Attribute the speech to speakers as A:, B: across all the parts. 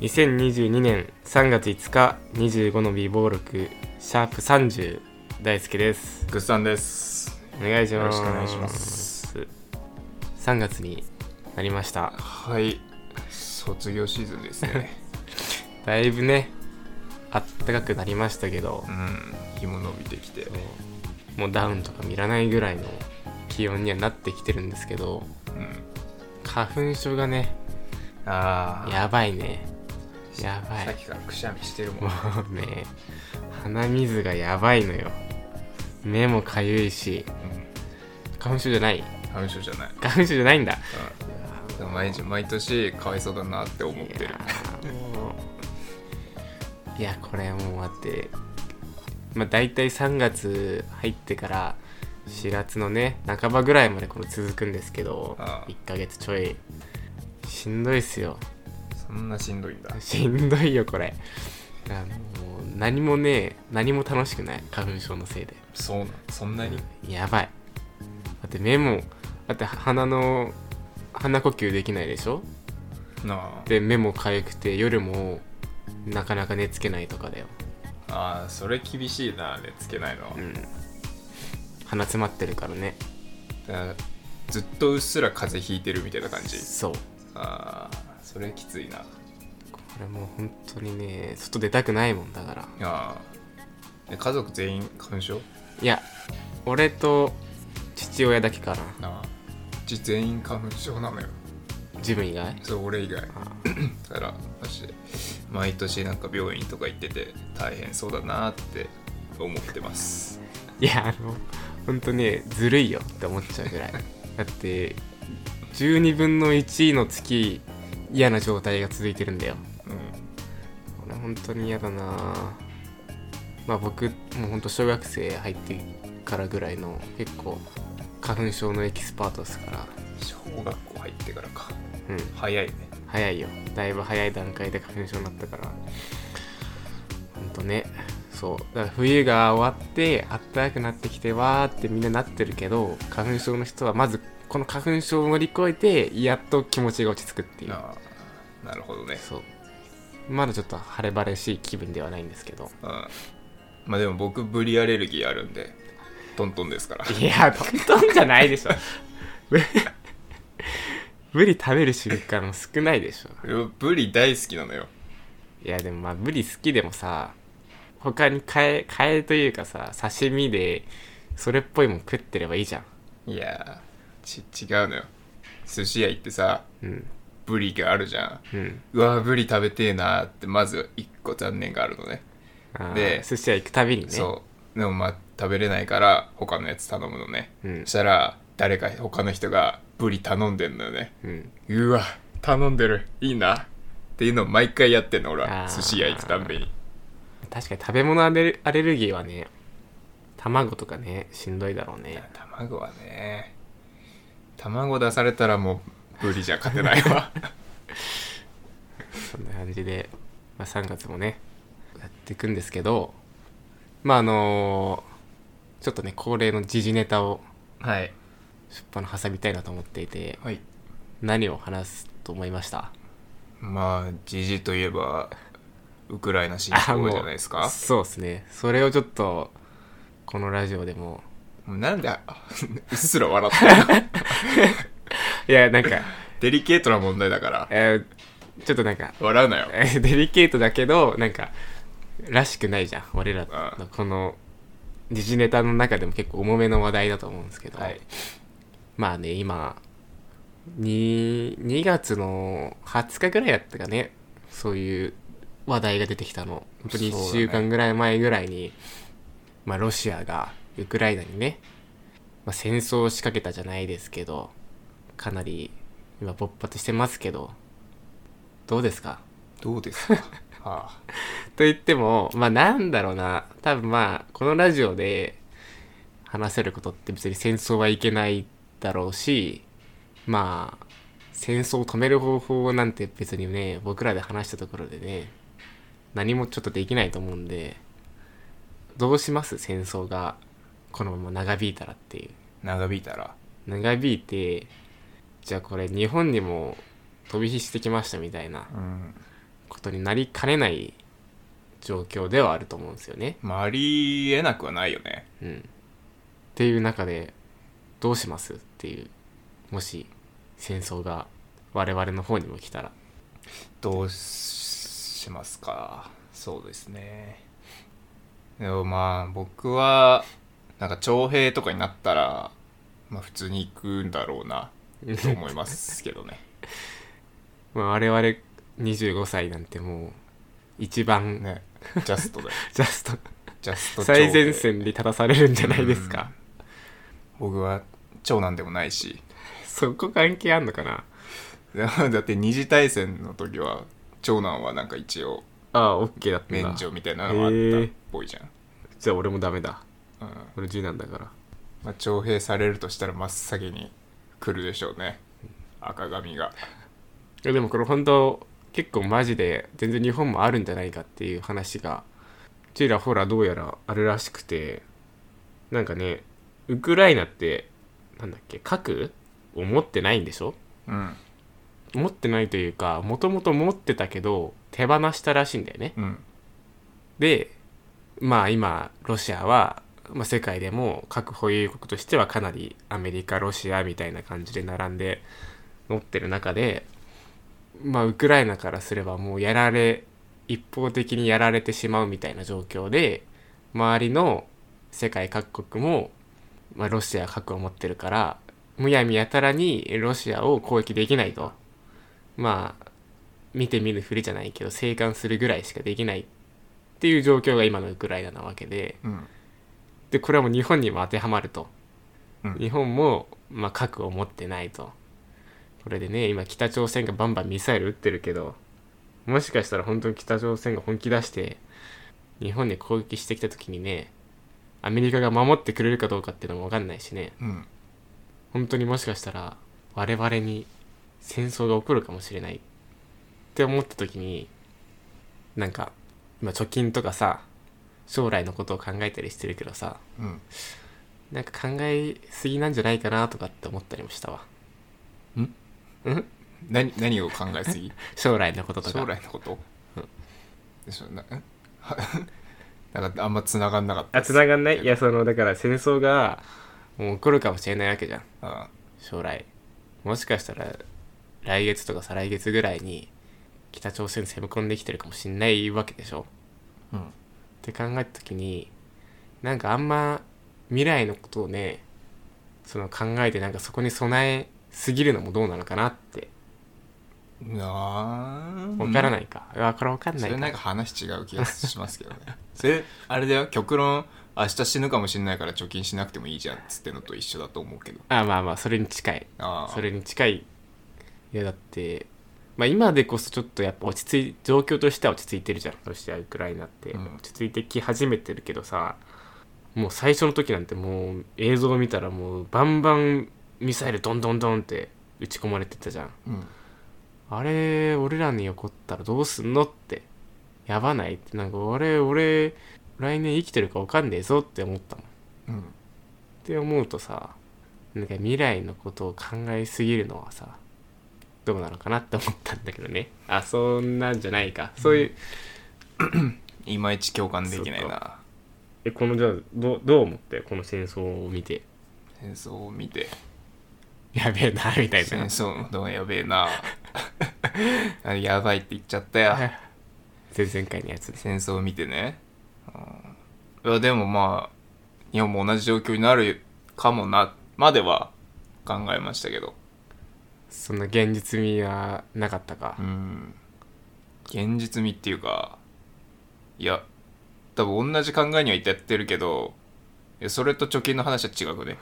A: 2022年3月5日25の美貌録シャープ30大輔です
B: グッさんです
A: お願いします
B: よろしくお願いします
A: 3月になりました
B: はい卒業シーズンです ね
A: だいぶねあったかくなりましたけど
B: う、ん日も伸びてきて
A: もうダウンとか見らないぐらいの気温にはなってきてるんですけど
B: うん
A: 花粉症がね
B: ああ
A: やばいねやばい
B: さっきからくしゃみしてる
A: も
B: もん
A: うね鼻水がやばいのよ目もかゆいし花粉症じゃない
B: 花粉症じゃない
A: 花粉症じゃないんだ
B: うんでも毎日毎年かわいそうだなって思っ
A: いや
B: てる
A: ーもういやこれもう待ってまあ大体3月入ってから4月のね半ばぐらいまでこの続くんですけど
B: ああ
A: 1ヶ月ちょいしんどいっすよ
B: そんなしんどいんだ
A: しんどいよこれあのもう何もね何も楽しくない花粉症のせいで
B: そうなんそんなに
A: やばいだって目もだって鼻の鼻呼吸できないでしょ
B: な
A: で目も痒くて夜もなかなか寝つけないとかだよ
B: ああーそれ厳しいな寝つけないのは
A: うん鼻詰まってるからね
B: だからずっとうっすら風邪ひいてるみたいな感じ
A: そう
B: ああそれきついな
A: これもう本当にね外出たくないもんだから
B: ああ家族全員花粉症
A: いや俺と父親だけかな
B: なあうち全員花粉症なのよ
A: 自分以外
B: それ俺以外だ
A: あ
B: からマジで毎年なんか病院とか行ってて大変そうだなって思ってます
A: いやあの本当ねずるいよって思っちゃうぐら いだって12分の1の月嫌な状態が続いてるんだよ
B: うん
A: これ本当に嫌だなまあ僕もう本当小学生入ってからぐらいの結構花粉症のエキスパートですから
B: 小学校入ってからか
A: うん
B: 早いね
A: 早いよだいぶ早い段階で花粉症になったからほんとねそうだから冬が終わってあったかくなってきてわーってみんななってるけど花粉症の人はまずこの花粉症を乗り越えてやっと気持ちが落ち着くっていう
B: なあなるほどね
A: そうまだちょっと晴れ晴れしい気分ではないんですけど
B: うんまあでも僕ブリアレルギーあるんでトントンで すから
A: いやトントンじゃないでしょぶブリ食べる習慣も少ないでしょ
B: いやブリ大好きなのよ
A: いやでもまあブリ好きでもさ他に買え買えというかさ刺身でそれっぽいもん食ってればいいじゃん
B: いやーち違うのよ寿司屋行ってさ
A: うん
B: ブリがあるじゃん
A: うん
B: うわーブリ食べてえなーってまず一個残念があるのね
A: あー
B: で
A: 寿司屋行くたびにね
B: そうでもまあ食べれないから他のやつ頼むのね、
A: うん
B: そしたら誰か他の人がブリ頼んでんのよね
A: うん
B: うわ頼んでるいいなっていうのを毎回やってんの俺
A: あ
B: は
A: ー
B: 寿司屋行くたんびに
A: 確かに食べ物アレルアレルギーはね卵とかねしんどいだろうね
B: 卵はね卵出されたらもうブリじゃ勝てない わ
A: そんな感じで、まあ、3月もねやっていくんですけどまああのーちょっとね恒例の時事ネタを
B: はい
A: 出版の挟みたいなと思っていて
B: はい
A: 何を話すと思いました
B: まあ時事といえばウクライナ侵
A: あも
B: 攻
A: う
B: じゃないですか
A: そうですねそれをちょっとこのラジオでも
B: もうなんであ うっすら笑ったの
A: いやなんか、
B: デリケートな問題だから
A: えーちょっとなんか
B: 笑うなよ
A: えー デリケートだけどなんからしくないじゃん俺ら
B: う
A: のこの時事ネタの中でも結構重めの話題だと思うんですけど、
B: はい
A: まあね今に 2, 月の20日ぐらいだったかねそういう話題が出てきたの本当に1
B: そう
A: 週
B: だ
A: 間
B: ね
A: ぐらい前ぐらいに、まあ、ロシアがウクライナにね、まあ、戦争を仕掛けたじゃないですけどかなり今勃発してますけどどうですか
B: どうですか ああ
A: と言ってもまあなんだろうな多分まあこのラジオで話せることって別に戦争はいけないだろうしまあ戦争を止める方法なんて別にね僕らで話したところでね何もちょっとできないと思うんでどうします戦争がこのまま長引いたらっていう
B: 長引いたら
A: 長引いてじゃあこれ日本にも飛び火してきましたみたいな
B: うん
A: ことになりかねない状況ではあると思うんですよね。
B: まあ、ありえなくはないよね。
A: うん、っていう中でどうしますっていうもし戦争が我々の方にも来たら
B: どうしますか。そうですね。でもまあ、僕は、なんか徴兵とかになったら、まあ普通に行くんだろうな、と思いますけどね。
A: まあ我々25歳なんてもう一番
B: ね。ジャストで。
A: ジャスト
B: ジャスト徴
A: 最
B: 兵
A: 前線に立たされるんじゃないですか、
B: 僕は長男でもないし。
A: そこ関係あんのかな
B: だって二次大戦の時は、長男はなんか一応、
A: ああ OK だったんだ
B: 免除みたいなのがあったっぽいじゃん。
A: じゃあ俺もダメだ
B: うん
A: 俺10なんだから
B: まあ、徴兵されるとしたら真っ先に来るでしょうね赤髪が
A: いやでもこれ本当結構マジで全然日本もあるんじゃないかっていう話がちらほらどうやらあるらしくてなんかねウクライナってなんだっけ核を持ってないんでしょ
B: うん
A: 持ってないというかもともと持ってたけど手放したらしいんだよね
B: うん
A: でまあ今ロシアは、まあ、世界でも核保有国としてはかなりアメリカロシアみたいな感じで並んで持ってる中でまあウクライナからすればもうやられ一方的にやられてしまうみたいな状況で周りの世界各国も、まあ、ロシア核を持ってるからむやみやたらにロシアを攻撃できないとまあ見て見ぬふりじゃないけど静観するぐらいしかできないっていう状況が今のウクライナなわけで
B: うん
A: でこれはもう日本にも当てはまると、
B: うん
A: 日本も、まあ、核を持ってないとこれでね今北朝鮮がバンバンミサイル撃ってるけどもしかしたら本当に北朝鮮が本気出して日本に攻撃してきた時にねアメリカが守ってくれるかどうかっていうのも分かんないしね
B: うん
A: 本当にもしかしたら我々に戦争が起こるかもしれないって思った時になんか今貯金とかさ将来のことを考えたりしてるけどさ
B: うん
A: なんか考えすぎなんじゃないかなとかって思ったりもしたわ
B: 何何を考え すぎ
A: 将来のこととか
B: 将来のことでしょなえ はなんかあんま繋がんなかった
A: あ繋がんないいやそのだから戦争がもう起こるかもしれないわけじゃん
B: あ
A: 将来もしかしたら来月とか再来月ぐらいに北朝鮮攻め込んできてるかもしんないわけでしょ
B: うん
A: って考えた時になんかあんま未来のことをねその考えてなんかそこに備えすぎるのもどうなのかなって
B: な
A: わから
B: い
A: ないか、うわこれわかん
B: そ
A: ない
B: れなん
A: か
B: か話違う気がしますけどね それあれだよ極論明日死ぬかもしれないから貯金しなくてもいいじゃんっつってのと一緒だと思うけど
A: あまあまあそれに近い
B: ああ
A: それに近いいやだってまあ今でこそちょっとやっぱ落ち着い状況としては落ち着いてるじゃんロシアウクライナって、
B: うん
A: 落ち着いてき始めてるけどさもう最初の時なんてもう映像を見たらもうバンバンミサイルドンドンドンって撃ち込まれてたじゃん
B: うん
A: あれ俺らに起こったらどうすんのってやばないってなんか俺俺来年生きてるか分かんねえぞって思ったもんっ
B: うん
A: て思うとさなんか未来のことを考えすぎるのはさどうなのかなって思ったんだけどねあそんなんじゃないかそういう、
B: いまいち共感できない
A: そう
B: な
A: えこのじゃあどうどう思ってこの戦争を見て
B: 戦争を見て
A: やべえなみたい
B: 戦
A: な
B: 争のやべえ なあれやばいって言っちゃったよ
A: 前々回のやつです
B: 戦争を見てね、うん、いやでもまあ日本も同じ状況になるかもなまでは考えましたけど
A: そんな現実味はなかったか
B: うん現実味っていうかいや多分同じ考えには至ってるけどいやそれと貯金の話は違くね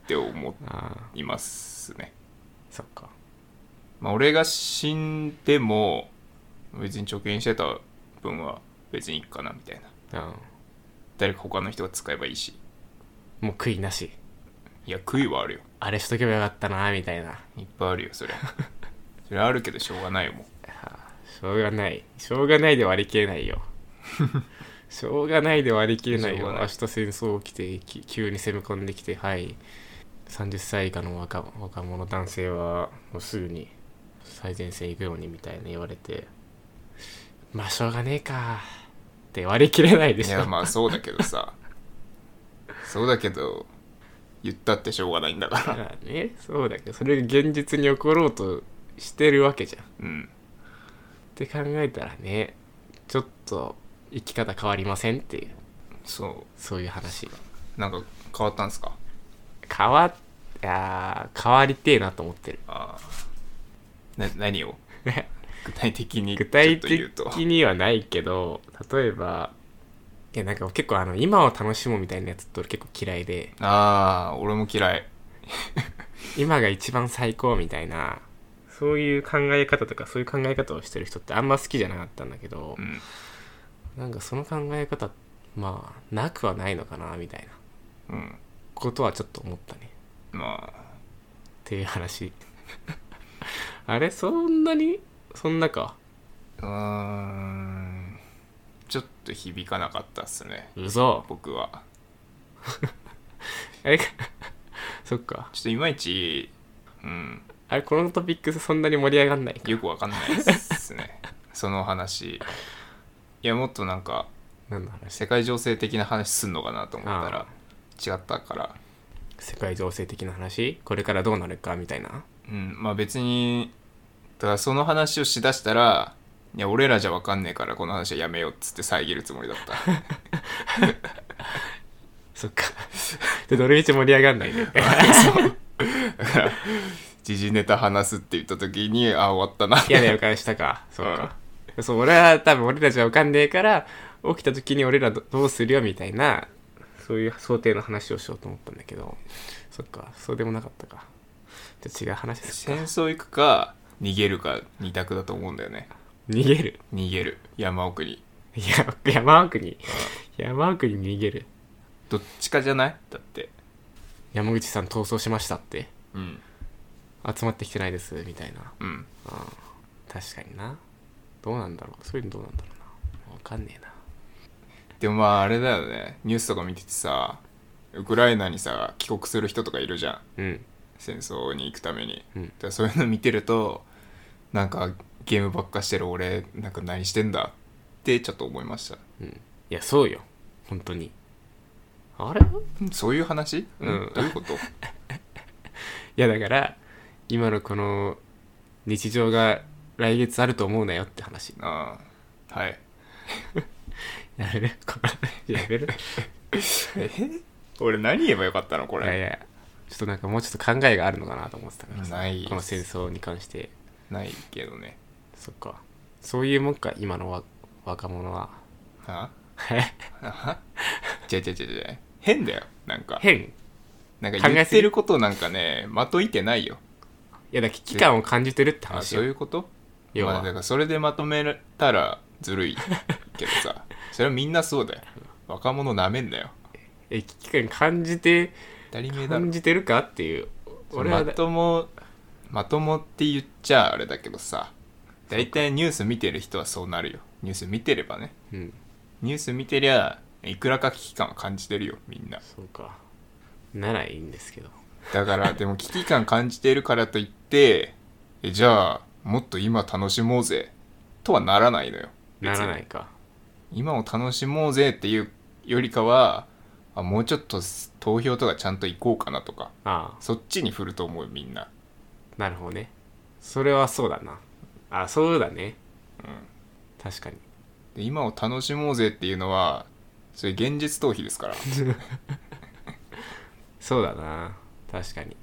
B: って思
A: ああ
B: いますね
A: そっか
B: まあ、俺が死んでも別に貯金してた分は別にいいかなみたいな
A: ああ
B: 誰か他の人が使えばいいし
A: もう悔いなし
B: いや悔いはあるよ
A: あれしとけばよかったなみたいない
B: っぱいあるよそれ それあるけどしょうがないよも
A: しょうがないしょうがないで割り切れない よしょうがないで割り切れない
B: しょ
A: よ
B: うがない
A: 明日戦争起きてき急に攻め込んできてはい30歳以下の若若者男性はもうすぐに最前線行くようにみたいな言われてまあしょうがねえかって割り切れないで
B: い
A: しょ
B: やまあそうだけどさそうだけど言ったってしょうがないんだから
A: まあねそうだけどそれが現実に起ころうとしてるわけじゃんっ
B: うん
A: て考えたらねちょっと生き方変わりませんっていう
B: そ
A: そういう話
B: うなんか変わったんですか
A: 変わっいやー変わりてえなと思ってる
B: ああな 何を具体的に
A: 具体
B: ちょっと言うと
A: 的にはないけど例えばいやなんか結構あの今を楽しもうみたいなやつって俺結構嫌いで
B: ああ俺も嫌い
A: 今が一番最高みたいなそういう考え方とかそういう考え方をしてる人ってあんま好きじゃなかったんだけど、
B: うん
A: なんかその考え方まあなくはないのかなみたいな
B: うん
A: ことはちょっと思ったね
B: ま
A: っていう話 あれそんなにそんなか
B: あうーんちょっと響かなかったっすね
A: 嘘
B: 僕は
A: あれか そっか
B: ちょっといまいちうん
A: あれこのトピックスそんなに盛り上がんないか
B: よくわかんないで すねその話いやもっとなんか
A: 何の話
B: 世界情勢的な話すんのかなと思った
A: あ
B: ら違ったから
A: 世界情勢的な話これからどうなるかみたいな
B: うんまあ別にだからその話をしだしたらいや俺らじゃわかんねえからこの話はやめようっつって遮るつもりだった
A: そっか でどれみち盛り上がんないね
B: 時事ネタ話すって言った時にあ終わったな
A: 嫌な予感したかそうか、そう俺は多分俺たちは分かんねえから起きた時に俺らどどうするよみたいなそういう想定の話をしようと思ったんだけどそっかそうでもなかったかじゃあ違う話ですか
B: 戦争行くか逃げるか二択だと思うんだよね
A: 逃げる
B: 逃げる山奥に
A: いや山奥に山奥に逃げる
B: どっちかじゃないだって
A: 山口さん逃走しましたって
B: うん
A: 集まってきてないですみたいな
B: うん
A: 確かになどうなんだろうそういうのどうなんだろうな分かんねえな
B: でもまああれだよねニュースとか見ててさウクライナにさ帰国する人とかいるじゃん
A: うん
B: 戦争に行くために、
A: うん
B: だからそういうの見てるとなんかゲームばっかしてる俺なんか何してんだってちょっと思いました
A: うんいやそうよ本当にあれ
B: そういう話、
A: うん
B: どういうこと
A: いやだから今のこの日常が来月あると思うなよって話
B: ああはい
A: やめるこれ やめる
B: え俺何言えばよかったの こ
A: い
B: れ
A: やいやちょっとなんかもうちょっと考えがあるのかなと思ってたからさ
B: ないです
A: この戦争に関して
B: ないけどね
A: そっかそういうもんか今のわ若者は
B: はあじゃじゃじゃじゃ変だよなんか
A: 変い
B: なん
A: 考え
B: か
A: すぎ
B: 言ってることなんかねまといてないよ
A: やだから危機感を感じてるって
B: あ
A: 話
B: そう
A: よ
B: いうこと
A: 要
B: ま
A: は
B: あ、だからそれでまとめたらずるいけど さそれはみんなそうだよ若者なめんなよ
A: え危機感感じて
B: 当たり前だろ
A: 感じてるかっていう俺は
B: ま
A: だ
B: ともまともって言っちゃあれだけどさ大体ニュース見てる人はそうなるよニュース見てればね
A: うん
B: ニュース見てりゃいくらか危機感は感じてるよみんな
A: そうかならいいんですけど
B: だからでも危機感感じてるからといってえじゃあもっと今楽しもうぜとはならないのよ
A: ならないいか
B: 今を楽しもうぜっていうよりかはあもうちょっと投票とかちゃんと行こうかなとか
A: ああ
B: そっちに振ると思うみんな
A: なるほどねそれはそうだなあそうだねうん確かに
B: で今を楽しもうぜっていうのはそれ現実逃避ですから
A: そうだな確かに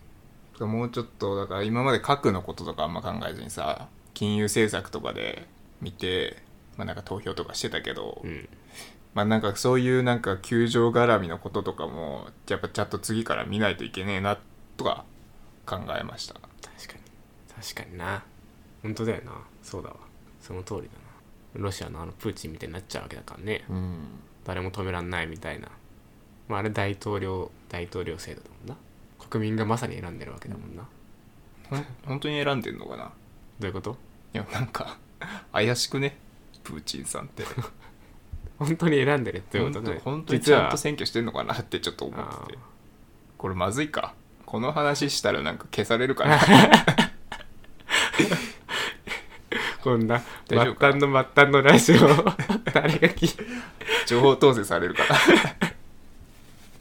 B: もうちょっとだから今まで核のこととかあんま考えずにさ金融政策とかで見てまあなんか投票とかしてたけど、
A: うん
B: まあなんかそういうなんか球場絡みのこととかもやっぱちゃんと次から見ないといけねえなとか考えました
A: 確かに確かにな本当だよなそうだわその通りだなロシアのあのプーチンみたいになっちゃうわけだからね
B: うん
A: 誰も止めらんないみたいな、まあ、あれ大統領大統領制度だもんな国民がまさに選んでるわけだもんな、
B: ほん本当に選んでんのかな
A: どういうこと
B: いやなんか怪しくねプーチンさんって
A: 本当に選んでるってこと
B: 本当
A: ね
B: 本当に
A: 実
B: ち
A: は
B: ゃんと選挙してんのかなってちょっと思
A: あ
B: ってて
A: ー
B: これまずいかこ の話したらなんか消されるかな
A: こんな末
B: 大丈夫か
A: 端の末端のラジオ 誰が聞い
B: 情報統制されるから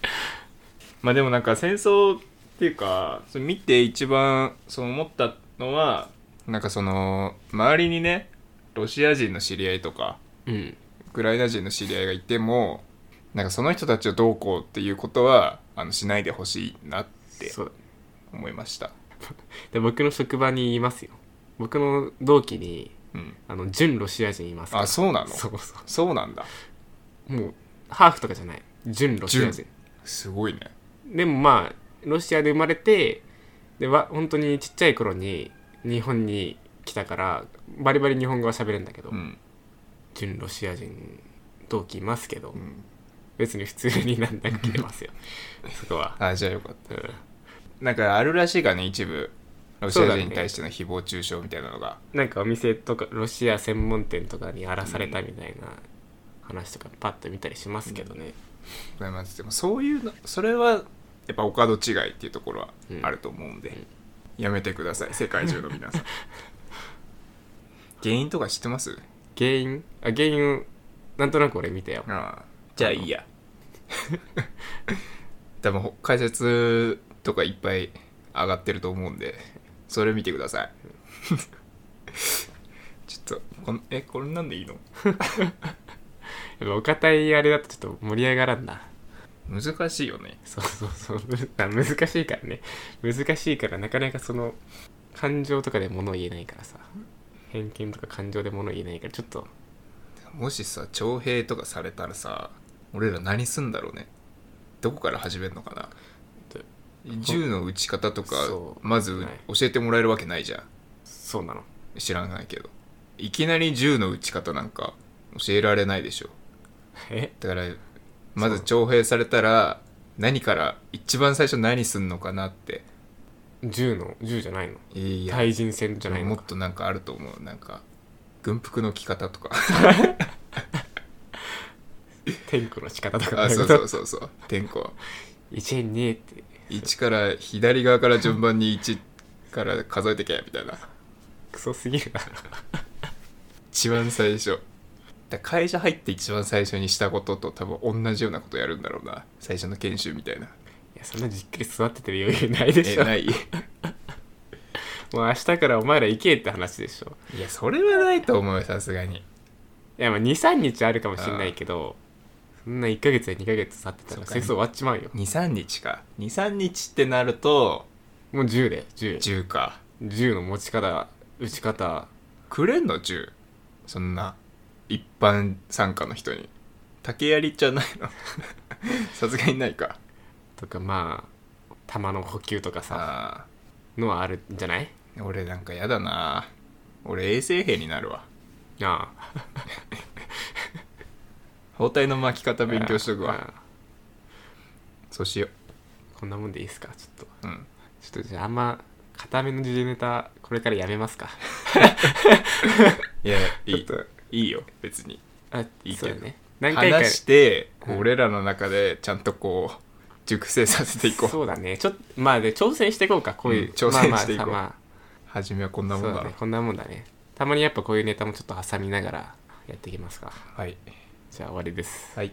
B: まあでもなんか戦争っていうかそれ見て一番その思ったのはなんかその周りにねロシア人の知り合いとか
A: うん
B: ウクライナ人の知り合いがいてもなんかその人たちをどうこうっていうことはあのしないでほしいなって
A: そう
B: 思いました
A: で僕の職場にいますよ僕の同期に
B: うん
A: あの純ロシア人いますから
B: あそうなの
A: そうそ
B: そうなんだ
A: うもうハーフとかじゃない純ロシア人
B: すごいね
A: でもまあロシアで生まれてでわ本当にちっちゃい頃に日本に来たからバリバリ日本語は喋れるんだけど、
B: うん、
A: 純ロシア人同期いますけど、
B: うん、
A: 別に普通になんなく切れますよそこは、
B: あじゃあよかった
A: うん、
B: なんかあるらしいがね一部ロシ
A: そう
B: ア
A: だね
B: 人に対しての誹謗中傷みたいなのが、
A: なんかお店とかロシア専門店とかに荒らされたみたいな話とかパッと見たりしますけどね、
B: ございますでもそういうのそれはやっぱお門違いっていうところはあると思うんで、やめてください世界中の皆さ ん原因とか知ってます
A: 原因あ原因なんとなく俺見たよ
B: ああじゃあいいや 多分解説とかいっぱい上がってると思うんでそれ見てください ちょっとこんえこれなんでいいの
A: やっぱお堅いあれだとちょっと盛り上がらんな
B: 難しいよね
A: そうそうそうむあ難しいからね難しいからなかなかその感情とかで物を言えないからさ偏見とか感情で物を言えないからちょっと
B: もしさ徴兵とかされたらさ俺ら何すんだろうねどこから始めるのか
A: ど
B: な銃の撃ち方とか
A: そう
B: まず
A: はい
B: 教えてもらえるわけないじゃん
A: そうなの
B: 知らないけどいきなり銃の撃ち方なんか教えられないでしょ
A: え
B: だからまず徴兵されたら何から一番最初何すんのかなって
A: 銃の銃じゃないの
B: いや
A: 対人戦じゃない
B: も
A: の
B: っ
A: か
B: となんかあると思うなんか軍服の着方 とか
A: 天狗の仕方とか
B: あそうそうそうそう天候
A: 1円2円って
B: 1から左側から順番に1から数えてけみたいな
A: クソすぎるな
B: 一番最初だから会社入って一番最初にしたことと多分同じようなことやるんだろうな最初の研修みたいない
A: やそんなじっくり座っててる余裕ないで
B: え
A: しょ
B: ないい
A: もう明日からお前ら行けって話でしょ
B: やそれはないと思うよさすがに
A: いやまあ23日あるかもしんないけどそんな1ヶ月や2ヶ月経ってた
B: そう
A: ら
B: か
A: 戦争終わっちまうよ
B: 23日か23日ってなると
A: もう銃だよ銃
B: 10か
A: 銃の持ち方打ち方
B: くれんの銃そんな一般参加の人に竹槍じゃないの さすがにないか
A: とかまあ弾の補給とかさ
B: あ
A: のはあるんじゃない
B: あ俺なんかやだな俺衛生兵になるわ
A: ああ
B: 包帯の巻き方勉強しとくわ
A: ああ
B: そうしよ
A: こんなもんでいいですかちょっと
B: ううん
A: ちょっとじゃああんま固めの時事ネタこれからやめますか
B: いやい い
A: ちょっと
B: いいよ別に
A: あ
B: いいけど
A: そうだね何回か
B: 話して、
A: うん
B: 俺らの中でちゃんとこう熟成させていこう
A: そうだねちょっとまあで挑戦していこうかこういう、
B: うん挑戦していこう
A: まあまあ
B: 初めはこんな
A: まあそう
B: もんだ
A: だ
B: ろ
A: ねこんなもんだねたまにやっぱこういうネタもちょっと挟みながらやっていきますか
B: はい
A: じゃあ終わりです
B: はい